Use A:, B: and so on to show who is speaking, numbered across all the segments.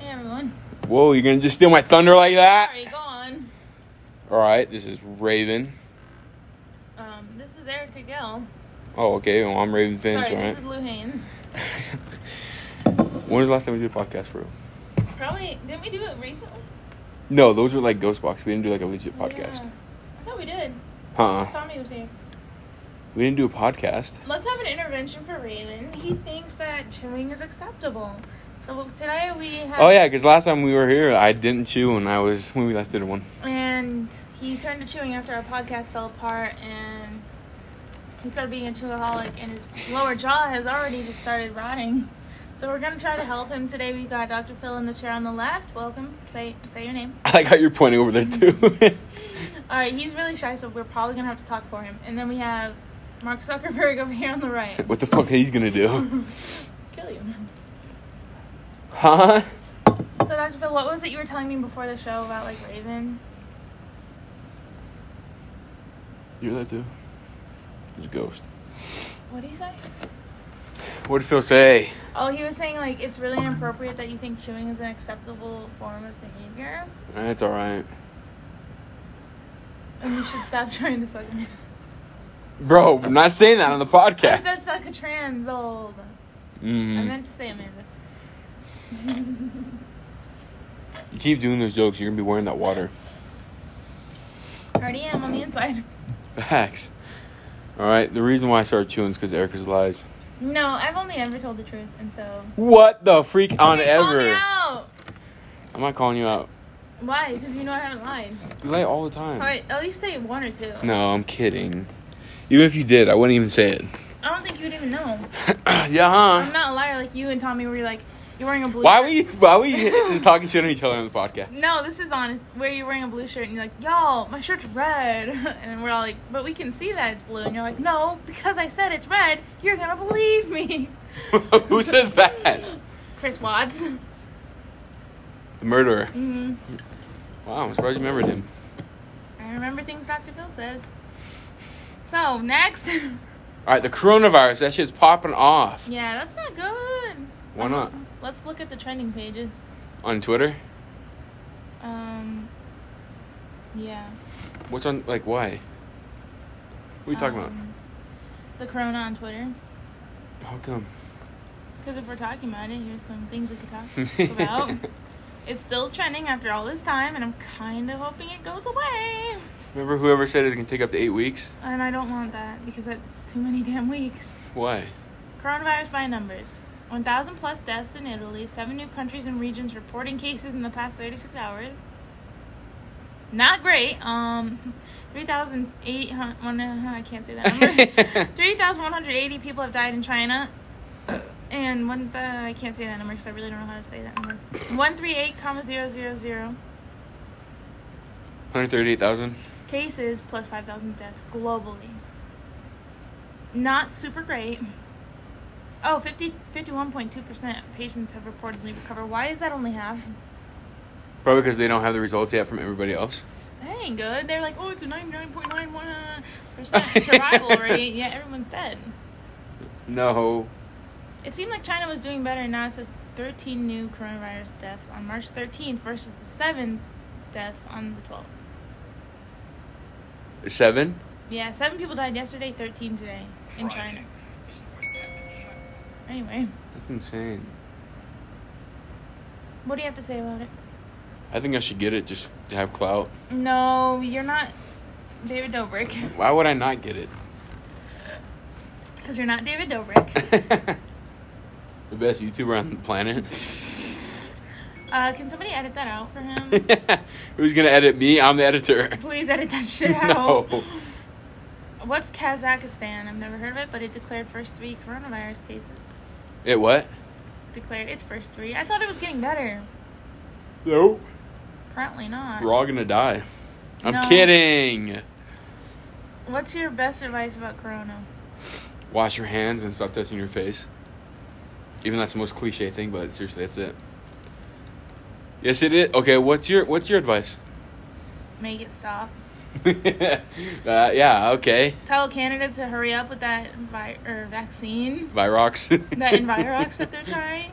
A: everyone.
B: Whoa, you're gonna just steal my thunder like that?
A: Sorry, go on.
B: All right, this is Raven.
A: Um, this is Erica Gill.
B: Oh, okay. Well, I'm Raven Finch,
A: Sorry,
B: all right?
A: this is Lou Haynes.
B: when was the last time we did a podcast for real?
A: Probably didn't we do it recently?
B: No, those were like ghost box. We didn't do like a legit podcast.
A: Yeah. I thought we did.
B: Huh?
A: Tommy was here.
B: We didn't do a podcast.
A: Let's have an intervention for Raven. He thinks that chewing is acceptable. So today we have.
B: Oh yeah, because last time we were here, I didn't chew, and I was when we last did one.
A: And he turned to chewing after our podcast fell apart, and he started being a chewaholic, and his lower jaw has already just started rotting. So we're gonna try to help him today. We've got Dr. Phil in the chair on the left. Welcome. Say say your name.
B: I like how you're pointing over there too.
A: All right, he's really shy, so we're probably gonna have to talk for him. And then we have Mark Zuckerberg over here on the right.
B: what the fuck he's gonna do?
A: Kill you.
B: Huh?
A: So Dr. Phil, what was it you were telling me before the show about like Raven?
B: You're that too. It's a ghost.
A: What did he say?
B: What did Phil say?
A: Oh, he was saying like it's really inappropriate that you think chewing is an acceptable form of behavior.
B: That's all right,
A: And you should stop trying to suck a man.
B: bro. I'm not saying that on the
A: I said
B: podcast.
A: suck a trans old. I
B: Mm.
A: meant to say Amanda.
B: You keep doing those jokes, you're gonna be wearing that water.
A: Already am on the inside.
B: Facts. All right. The reason why I started chewing is because Erica's lies.
A: No, I've only ever told the truth, and so.
B: What the freak on
A: Okay, call me
B: ever?
A: out.
B: I'm not calling you out.
A: Why? Because you know I haven't lied.
B: You lie all the time.
A: All right, at least say one or two.
B: No, I'm kidding. Even if you did, I wouldn't even say it.
A: I don't think you would even know.
B: yeah,
A: I'm
B: huh?
A: not a liar like you and Tommy, where you're like, you're wearing a blue.
B: Why
A: shirt.
B: were you? Why were you just talking shit on each other on the podcast?
A: No, this is honest. Where you're wearing a blue shirt and you're like, y'all, my shirt's red. And we're all like, but we can see that it's blue. And you're like, no, because I said it's red, you're going to believe me.
B: Who says that?
A: Chris Watts.
B: The murderer.
A: hmm
B: Wow, I'm surprised you remembered him.
A: I remember things Dr. Phil says. So, next.
B: All right, the coronavirus. That shit's popping off.
A: yeah, that's not good.
B: Why not?
A: Let's look at the trending pages.
B: On Twitter?
A: Um, yeah.
B: What's on? Like, why? What are you talking
A: Um, The corona on Twitter.
B: about? How come?
A: Because if we're talking about it, here's some things we could talk about. it's still trending after all this time, and I'm kind of hoping it goes away.
B: Remember, whoever said it can take up to eight weeks?
A: And I don't want that because it's too many damn weeks.
B: Why?
A: Coronavirus by numbers 1,000 plus deaths in Italy, seven new countries and regions reporting cases in the past 36 hours. Not great. Um, 3,800. well, no, uh, I can't say that number. 3,180 people have died in China. And one, th- I can't say that number because I really don't know how to say that number. 138,000
B: Hundred thirty-eight thousand.
A: cases plus 5,000 deaths globally. Not super great. Oh, 50, 51.2% of patients have reportedly recovered. Why is that only half?
B: Probably because they don't have the results yet from everybody else.
A: That ain't good. They're like, oh, it's a 99.91% survival rate, yet everyone's dead.
B: No.
A: It seemed like China was doing better, and now it says 13 new coronavirus deaths on March 13th versus the 7 deaths on the 12th.
B: Seven.
A: Yeah, 7 people died yesterday, 13 today in China. Anyway,
B: That's insane.
A: what do you have to say about it?
B: I think I should get it just to have clout.
A: No, you're not David Dobrik.
B: Why would I not get it?
A: Because you're not David Dobrik.
B: the best YouTuber on the planet.
A: Uh, can somebody edit that out for him?
B: Who's gonna edit me? I'm the editor.
A: Please edit that shit out.
B: No.
A: What's Kazakhstan? I've never heard of it, but it declared first three coronavirus cases.
B: It what?
A: Declared its first three. I thought it was getting better.
B: Nope.
A: Apparently not.
B: We're all gonna die. I'm
A: No.
B: kidding.
A: What's your best advice about Corona?
B: Wash your hands and stop touching your face. Even that's the most cliche thing, but seriously, that's it. Yes, it is. Okay, what's your what's your advice?
A: Make it stop.
B: uh, yeah, okay.
A: Tell Canada to hurry up with that vi- or vaccine,
B: Virox.
A: that Envirox that they're trying.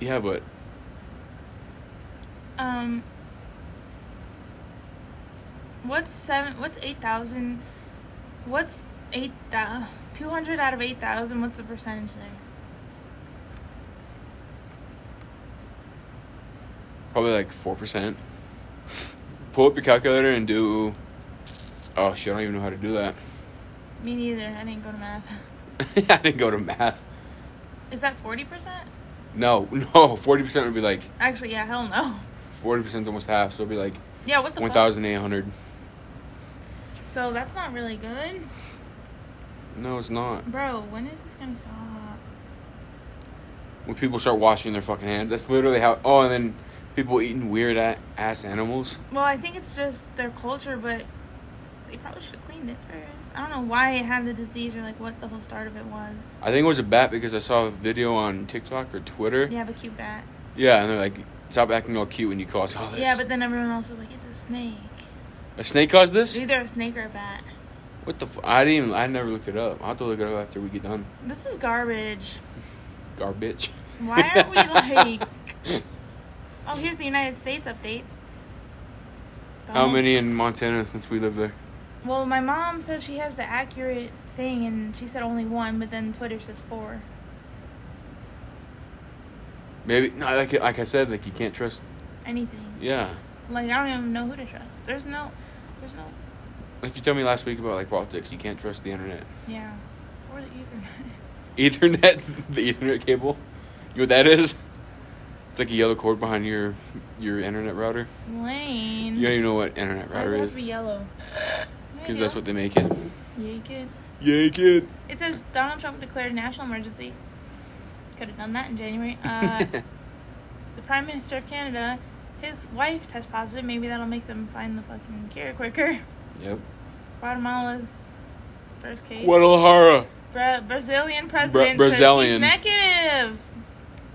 B: Yeah, but
A: Um. What's seven? What's eight thousand? What's eight thousand? Two hundred out of eight thousand. What's the percentage there?
B: probably like four percent. Pull up your calculator and do. Oh shit! I don't even know how to do that.
A: Me neither. I didn't go to math.
B: I didn't go to math.
A: Is that forty percent?
B: No, no. Forty percent would be like
A: Actually, yeah. Hell no.
B: forty percent almost half, so it'd be like
A: Yeah. What the?
B: one
A: fuck?
B: thousand eight hundred.
A: So that's not really good,
B: No, it's not.
A: bro. When is this gonna stop?
B: When people start washing their fucking hands, that's literally how. Oh, and then people eating weird a- ass animals.
A: Well, I think it's just their culture, but they probably should have cleaned it first. I don't know why it had the disease or like what the whole start of it was.
B: I think it was a bat because I saw a video on TikTok or Twitter.
A: You have a cute bat.
B: Yeah, and they're like, stop acting all cute when you cause all this.
A: Yeah, but then everyone else is like, it's a snake.
B: a snake caused this?
A: Either a snake or a bat.
B: What the? F- I didn't. Even, I never looked it up. I will have to look it up after we get done.
A: This is garbage.
B: Garbage.
A: Why aren't we like? Oh, here's the United States updates.
B: How
A: Don't-
B: many in Montana since we live there?
A: Well, my mom says she has the accurate thing, and she said only one, but then Twitter says four.
B: Maybe. No, like like I said, like you can't trust.
A: Anything.
B: Yeah.
A: Like I don't even know who to trust. There's no. There's no.
B: Like you told me last week about like politics, you can't trust the internet.
A: Yeah. Or the Ethernet.
B: Ethernet, the Ethernet cable. You know what that is? It's like a yellow cord behind your your internet router.
A: Lane.
B: You don't even know what internet
A: Why does
B: router
A: it have to
B: is
A: be yellow.
B: because that's what they make it.
A: Yeah, you could.
B: Yay, kid.
A: It says Donald Trump declared a national emergency. Could have done that in January. Uh, the Prime Minister of Canada, his wife tests positive. Maybe that'll make them find the fucking cure quicker.
B: yep.
A: Guatemala's first case.
B: Guadalajara.
A: Bra- Brazilian president.
B: Bra-
A: says
B: Brazilian.
A: he's Negative.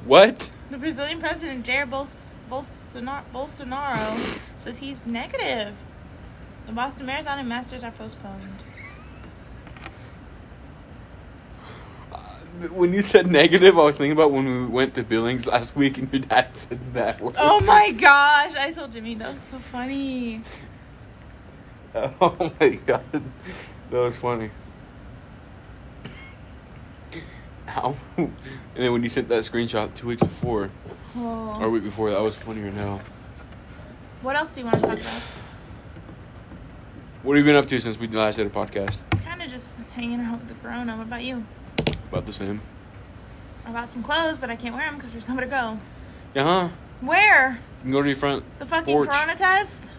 B: What?
A: The Brazilian president, Jair Bols- Bolsonaro, Bolsonaro says he's negative. The Boston Marathon and Masters are postponed.
B: Uh, When you said negative, I was thinking about when we went to Billings last week and your dad said that word.
A: Oh my gosh! I told Jimmy that was so funny.
B: Oh my god. That was funny. Ow. And then when you sent that screenshot two weeks before,
A: Oh.
B: or a week before, that was funnier now.
A: What else do you want to talk about?
B: What have you been up to since we last did a podcast?
A: Kind of just hanging out with the corona. What about you?
B: About the same.
A: I bought some clothes, but I can't wear them because there's nowhere to go.
B: Yeah, huh?
A: Where?
B: You can go to your front.
A: The fucking
B: Porch. Uh.
A: corona test?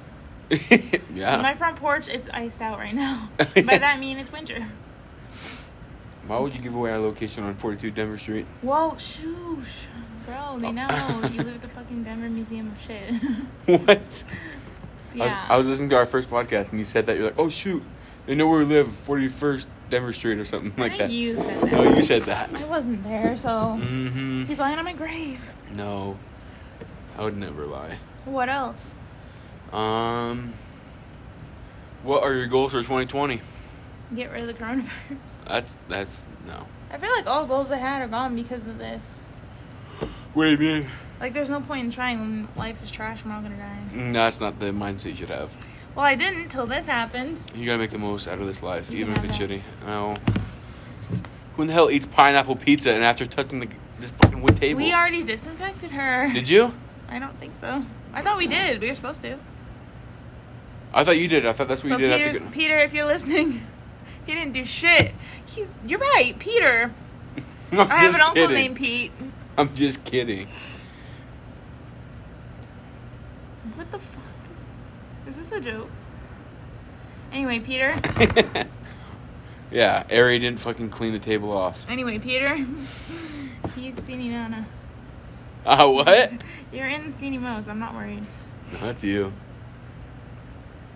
A: My
B: yeah.
A: front porch, it's iced out right now. By that I mean it's winter.
B: Why would you give away our location on 42 Denver Street?
A: Whoa, shoosh. Bro,
B: Oh.
A: they know. you live at the fucking Denver Museum of Shit.
B: What? I was-
A: yeah.
B: I was listening to our first podcast and you said that. You're like, oh, shoot. They know where we live, 41st Denver Street or something
A: I
B: like
A: think
B: that.
A: you said that.
B: No, you said that.
A: I wasn't there, so.
B: Mm-hmm.
A: He's lying on my grave.
B: No, I would never lie.
A: What else?
B: Um, what are your goals for 2020?
A: Get rid of the coronavirus.
B: That's that's no.
A: I feel like all goals I had are gone because of this.
B: What do you
A: Like, there's no point in trying when life is trash. We're all gonna die.
B: mean? No, Mm, that's not the mindset you should have.
A: Well, I didn't till this happened.
B: You gotta make the most out of this life,
A: You
B: even if
A: can
B: it's
A: have
B: shitty. No. Who in the hell eats pineapple pizza and after touching the this fucking wood table?
A: We already disinfected her.
B: Did you?
A: I don't think so. I thought we did. We were supposed to.
B: I thought you did. I thought that's what
A: so
B: you did
A: Peter's-
B: after. Go-
A: Peter, if you're listening, he didn't do shit. He's. You're right, Peter.
B: I'm
A: I have an
B: just
A: uncle
B: kidding.
A: named Pete.
B: I'm just kidding.
A: What the fuck? Is this a joke? Anyway, Peter.
B: yeah, Ari didn't fucking clean the table off.
A: Anyway, Peter. He's Sini Nana.
B: Ah, what?
A: You're in Sini Mo's. I'm not worried.
B: Not you.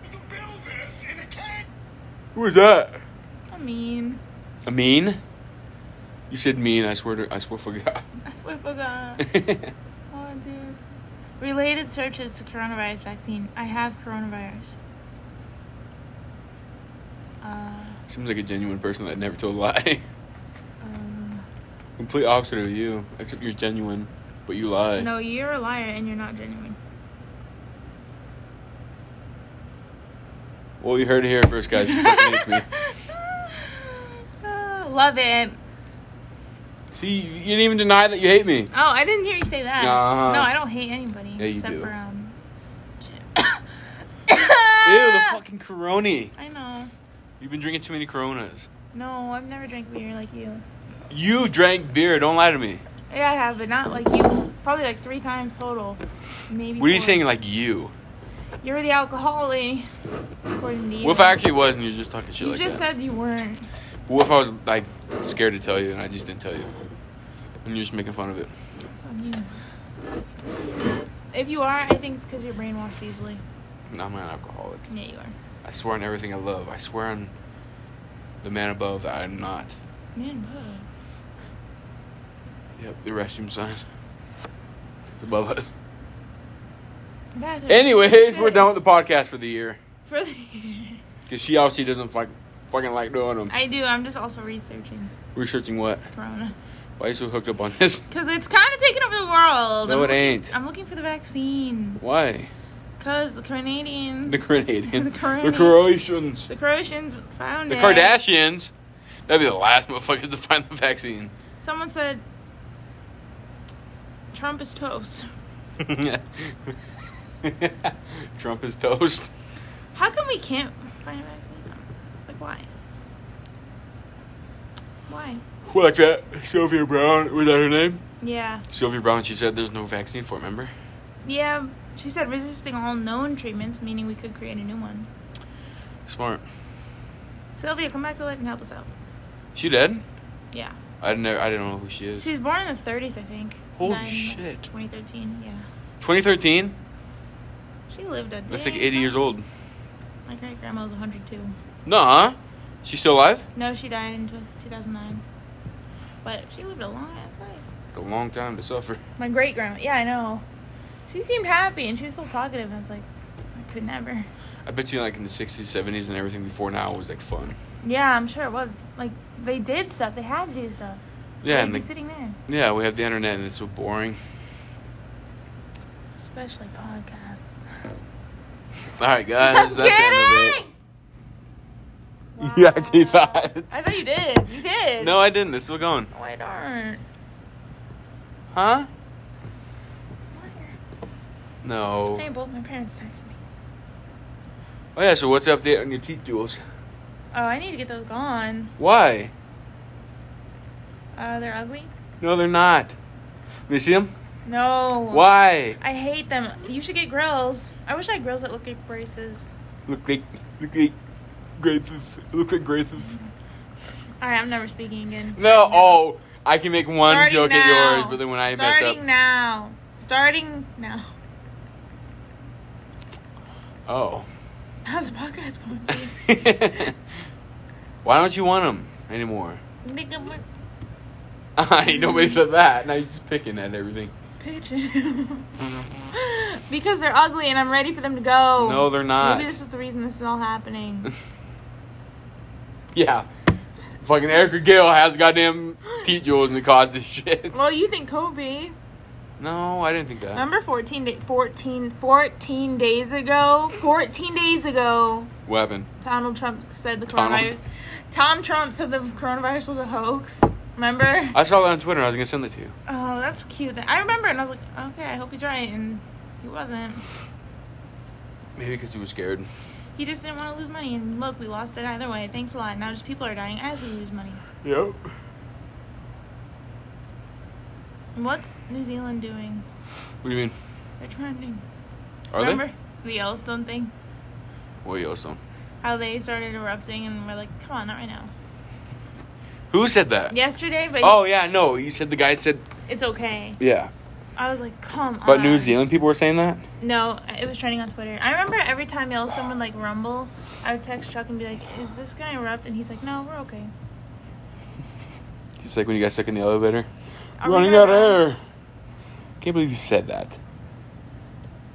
C: to build this in a cage.
B: Who is that?
A: I mean,
B: A mean? You said mean. I swear to. I swear for God.
A: that's what I forgot. Oh, dude. Related searches to coronavirus vaccine. I have coronavirus. Uh,
B: Seems like a genuine person that never told a lie.
A: um,
B: Complete opposite of you, except you're genuine. But you lie.
A: No, you're a liar and you're not genuine.
B: Well, you heard it here first, guys. She fucking hates me.
A: Ah, Love it.
B: See, you didn't even deny that you hate me.
A: Oh, I didn't hear you say that.
B: Nah.
A: No, I don't hate anybody
B: Yeah, you
A: except
B: do.
A: for um. Jim. Ah.
B: Ew, the fucking Coroni.
A: I know.
B: You've been drinking too many Coronas.
A: No, I've never drank beer like you.
B: You drank beer. Don't lie to me.
A: Yeah, I have, but not like you. Probably like three times total. Maybe.
B: What are you
A: four.
B: saying? Like you?
A: You're the alcoholic. According to you.
B: What if I actually was and you're just talking shit
A: You
B: like
A: just
B: that?
A: said you weren't.
B: what if I was like scared to tell you and I just didn't tell you, and you're just making fun of it?
A: It's on you. If you are, I think it's because you're brainwashed easily.
B: No, I'm not an alcoholic.
A: Yeah, you are.
B: I swear on everything I love. I swear on the man above that I'm not.
A: Man, whoa.
B: Yep, the restroom sign. It's above us.
A: Guys are-
B: Anyways, we're
A: Shit.
B: done with the podcast for the year.
A: For the-
B: Because she obviously doesn't fuck, fucking like doing them.
A: I do. I'm just also researching
B: Researching what?
A: Corona
B: Why are you so hooked up on this?
A: because it's kind of taking over the world.
B: No,
A: I'm
B: it
A: looking-
B: ain't.
A: I'm looking for the vaccine
B: Why?
A: because the Canadians,
B: The Grenadians.
A: The
B: the
A: Corona-
B: Croatians.
A: the Croatians found
B: The
A: it.
B: Kardashians. That'd be the last motherfuckers to find the vaccine.
A: Someone said Trump is toast.
B: Trump is toast.
A: How come we can't find a vaccine? Like why? Why?
B: Like that. Sylvia Brown. Was that her name?
A: Yeah,
B: Sylvia Brown, she said there's no vaccine for it, remember?
A: yeah. She said resisting all known treatments, meaning we could create a new one.
B: Smart.
A: Sylvia, come back to life and help us out.
B: She dead?
A: Yeah.
B: I didn't know, I didn't know who she is.
A: She was born in the 30s, I think.
B: Holy
A: Nine-
B: shit.
A: 2013, yeah.
B: 2013?
A: She lived a
B: That's
A: dang
B: like 80 years
A: time.
B: old.
A: My great grandma was 102.
B: Nah. She's still alive?
A: No, she died in tw- 2009. But she lived a long ass life.
B: It's a long time to suffer.
A: My great grandma, yeah, I know. She seemed happy and she was so talkative. I was like, I could never.
B: I bet you, like, in the 60s, 70s, and everything before now was, like, fun.
A: Yeah, I'm sure it was. Like, they did stuff, they had to do stuff.
B: Yeah,
A: They'd
B: and,
A: be
B: like,
A: sitting there,
B: yeah, we have the internet, and it's so boring.
A: especially podcasts.
B: All right,
A: I'm
B: guys, that's the end of
A: kidding!
B: it. You actually thought.
A: I thought you did. You did.
B: No, I didn't. It's still going.
A: Why not?
B: Huh? Oh.
A: Liar.
B: No.
A: Hey, both my parents texted me.
B: Oh, yeah, so what's the update on your teeth duels?
A: Oh, I need to get those gone.
B: Why?
A: Uh, they're ugly.
B: No, they're not. You see them?
A: No.
B: Why?
A: I hate them. You should get grills. I wish I had grills that look like braces.
B: Look like, look like graces. Look like graces.
A: All right, I'm never speaking again.
B: No, oh, I can make one
A: Starting
B: joke
A: now.
B: at yours, but then when I mess
A: Starting
B: up,
A: now. Starting now.
B: oh.
A: How's the podcast going? to be?
B: Why don't you want them anymore?
A: Nigga, we're
B: Ain't nobody said that. Now you're just picking at everything.
A: pitching. because they're ugly, and I'm ready for them to go.
B: No, they're not.
A: Maybe this is the reason this is all happening.
B: Yeah. Fucking Erica Gill has goddamn teeth jewels and it caused this shit.
A: well, Um, you think Kobe?
B: No, I didn't think that.
A: Remember 14, da 14, 14 days ago? 14 days ago,
B: What happened?
A: Donald Trump said the
B: Donald.
A: coronavirus. Tom Trump said the coronavirus was a hoax. Remember?
B: I saw that on Twitter. I was gonna send it to you.
A: Oh, that's cute. I remember, and I was like, okay, I hope he's right. And he wasn't.
B: Maybe because you were scared.
A: He just didn't want to lose money. And look, we lost it either way. Thanks a lot. Now just people are dying as we lose money.
B: Yep.
A: What's New Zealand doing?
B: What do you mean?
A: They're trending.
B: Are
A: remember the Yellowstone thing?
B: they? What Yellowstone?
A: How they started erupting, and we're like, come on, not right now.
B: Who said that?
A: Yesterday, but
B: Oh yeah, no. You said the guy said
A: it's okay.
B: yeah.
A: I was like, come on.
B: But New Zealand people were saying that.
A: No, it was trending on Twitter. I remember every time Yellowstone would like rumble, I would text Chuck and be like, is this gonna erupt? And he's like, no, we're okay.
B: It's like when you got stuck in the elevator.
A: Are we
B: Running out
A: gonna-
B: of air. Can't believe you said that.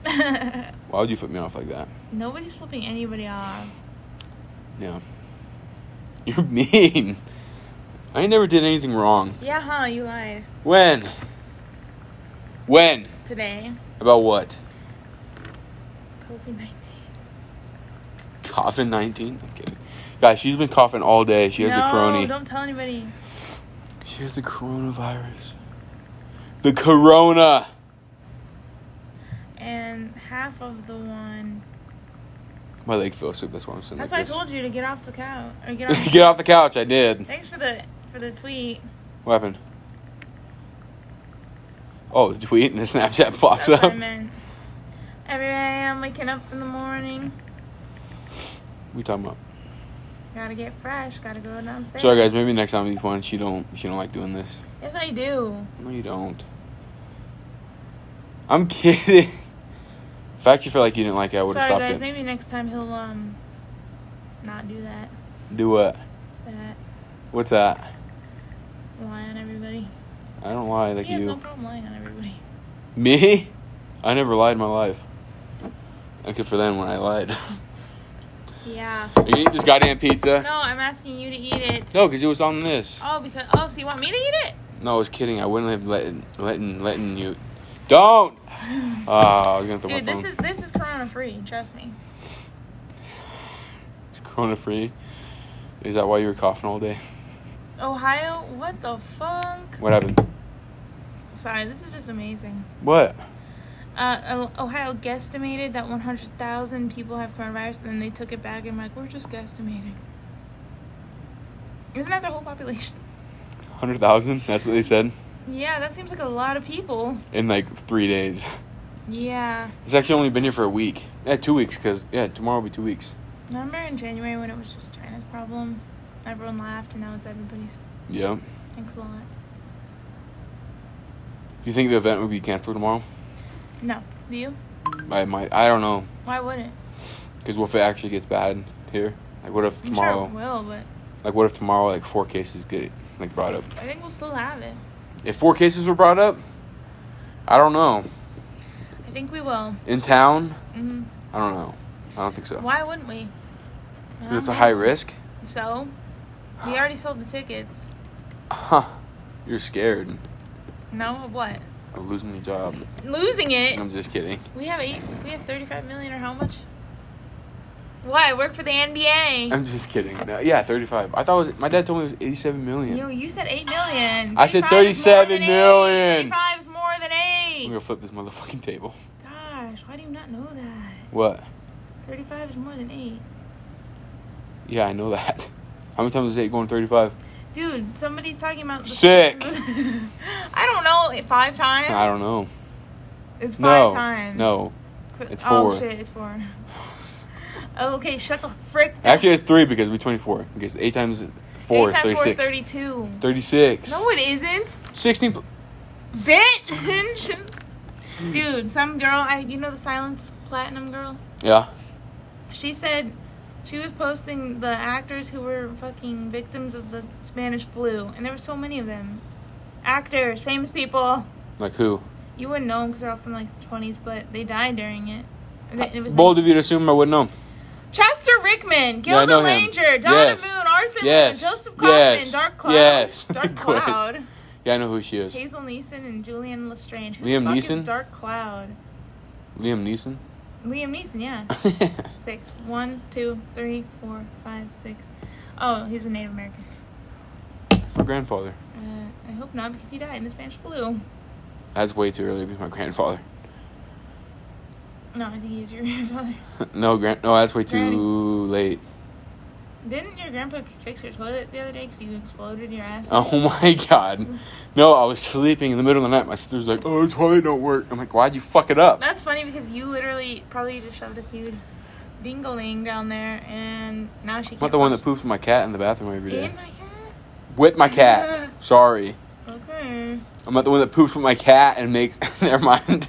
B: Why would you flip me off like that?
A: Nobody's flipping anybody off.
B: Yeah. You're mean. I never did anything wrong.
A: Yeah, huh? You lied.
B: When? When?
A: today.
B: About what?
A: COVID 19.
B: Coughing 19? I'm kidding. Guys, she's been coughing all day. She has
A: no,
B: the crony.
A: Don't tell anybody.
B: She has the coronavirus. The corona.
A: And half of the one.
B: My leg fell asleep. That's why I'm sitting
A: That's why I
B: like
A: told you to get off the couch or get
B: this.
A: off.
B: Get off the couch. I did.
A: Thanks for the for the tweet.
B: What happened? Oh, the tweet and the Snapchat pops
A: That's what
B: up.
A: I meant. Every day I'm waking up in the morning.
B: We talking about?
A: Gotta get fresh. Gotta go downstairs.
B: Sorry, guys. Maybe next time it'll be fun. She don't. She don't like doing this.
A: Yes, I do.
B: No, you don't. I'm kidding. If I actually felt like you didn't like it, I would have
A: Sorry,
B: stopped
A: guys.
B: it.
A: Maybe next time he'll um not do that.
B: Do what?
A: That
B: What's that?
A: lie on everybody.
B: I don't lie like
A: he has
B: you.
A: no problem lying on everybody.
B: Me? I never lied in my life. Except for then when I lied.
A: Yeah.
B: Are you eating this goddamn pizza?
A: No, I'm asking you to eat it.
B: No, because it was on this.
A: Oh, because oh, so you want me to eat it?
B: No, I was kidding. I wouldn't have letting letting letting you. Don't. Oh, I was gonna throw
A: Dude,
B: my
A: this
B: phone.
A: is this is corona free. Trust me.
B: It's corona free. Is that why you were coughing all day?
A: Ohio, what the fuck?
B: What happened?
A: Sorry, this is just amazing.
B: What?
A: Uh, O- Ohio guesstimated that 100,000 people have coronavirus, and then they took it back and like, we're just guesstimating. Isn't that the whole population?
B: Hundred thousand? That's what they said
A: Yeah, that seems like a lot of people.
B: in like three days.
A: Yeah.
B: It's actually only been here for a week. Yeah, two weeks. Cause yeah, tomorrow will be two weeks.
A: Remember in January when it was just China's problem? Everyone laughed, and now it's everybody's.
B: Yeah.
A: Thanks a lot.
B: You think the event would be canceled tomorrow?
A: No. Do you?
B: I might. I don't know.
A: Why wouldn't?
B: Cause what if it actually gets bad here? Like what if
A: I'm
B: tomorrow?
A: sure it will, but
B: Like what if tomorrow like four cases get like brought up?
A: I think we'll still have it.
B: If four cases were brought up, I don't know.
A: I think we will.
B: In town,
A: hmm
B: I don't know. I don't think so.
A: Why wouldn't we?
B: 'Cause It's a high risk.
A: So, we already sold the tickets.
B: Huh. You're scared
A: No, of what?
B: of losing your job.
A: Losing it.
B: I'm just kidding.
A: We have eight. We have thirty-five million, or how much? Why? I work for the NBA.
B: I'm just kidding. No, yeah, 35. I thought it was my dad told me it was 87 million.
A: Yo, you said eight million.
B: I said
A: 35 is more
B: 37
A: than eight.
B: million.
A: Thirty-five is more than
B: I'm
A: eight.
B: gonna flip this motherfucking table.
A: Gosh, why do you not know that?
B: What?
A: Thirty-five is more than eight.
B: Yeah, I know that. How many times is eight going 35?
A: Dude, somebody's talking about the-
B: Sick.
A: I don't know. it- Five times.
B: I don't know.
A: It's five
B: no.
A: times.
B: No.
A: Qu-
B: It's
A: oh,
B: four.
A: shit, it's four. Oh, okay, shut the frick. up.
B: Actually, it's three because we're 24. Because eight times four
A: Eight times
B: is
A: four
B: 36.
A: 32.
B: 36.
A: No, it isn't.
B: 16. pl-
A: Bitch. Dude, some girl, I you know the Silence Platinum girl?
B: Yeah.
A: She said she was posting the actors who were fucking victims of the Spanish flu, and there were so many of them. Actors, famous people.
B: Like who?
A: You wouldn't know because they're all from like the 20s, but they died during it. They- It was
B: Bold
A: like-
B: of you to assume I wouldn't know.
A: Chester Rickman,
B: Yeah,
A: Gilda
B: I know him.
A: Langer, Donna
B: Yes.
A: Moon, Arthur
B: Yes.
A: Moon, Joseph Kaufman,
B: Yes.
A: Dark Cloud,
B: Yes.
A: Dark
B: Great.
A: Cloud,
B: Yeah, I know who she is.
A: Hazel Neeson, and Julianne Lestrange. Who
B: Liam
A: the fuck is
B: Neeson?
A: Dark Cloud.
B: Liam Neeson.
A: Liam Neeson, yeah. Six. One, two, three, four, five, six. Oh, he's a Native American.
B: my grandfather.
A: Uh, I hope not because he died in the Spanish flu.
B: That's way too early to be my grandfather.
A: No, I think he's your grandfather.
B: no, grand. No, that's way too
A: Granny.
B: late.
A: Didn't your grandpa fix your toilet the other day because you exploded your ass?
B: Oh my god. No, I was sleeping in the middle of the night. My sister's like, "Oh, the toilet don't work." I'm like, "Why'd you fuck it up?"
A: That's funny because you literally probably just shoved a huge dingaling down there, and now she. Can't
B: I'm not the one
A: flush.
B: that poops my cat in the bathroom every day.
A: In my cat.
B: With my cat. Sorry,
A: Okay.
B: I'm not the one that poops with my cat and makes. Never mind.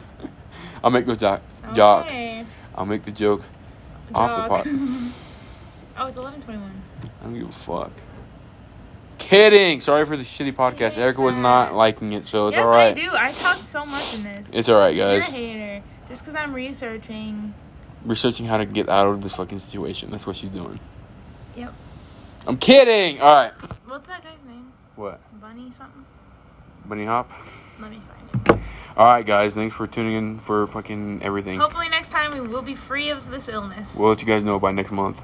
B: I'll make the joke. Jock.
A: Okay.
B: I'll make the joke. Off the
A: Jock.
B: pot.
A: oh, it's eleven twenty-one.
B: I don't give a fuck. Kidding. Sorry for the shitty podcast. Erica was not liking it, so it's
A: yes,
B: all right.
A: I do. I talked so much in this.
B: It's all right,
A: You're a
B: guys.
A: hater. Just because I'm researching.
B: researching how to get out of this fucking situation. That's what she's doing.
A: Yep.
B: I'm kidding. All right.
A: What's that guy's name?
B: What?
A: Bunny something?
B: Bunny hop.
A: Let me find it.
B: All All right, guys. Thanks for tuning in for fucking everything.
A: Hopefully, next time we will be free of this illness.
B: We'll let you guys know by next month.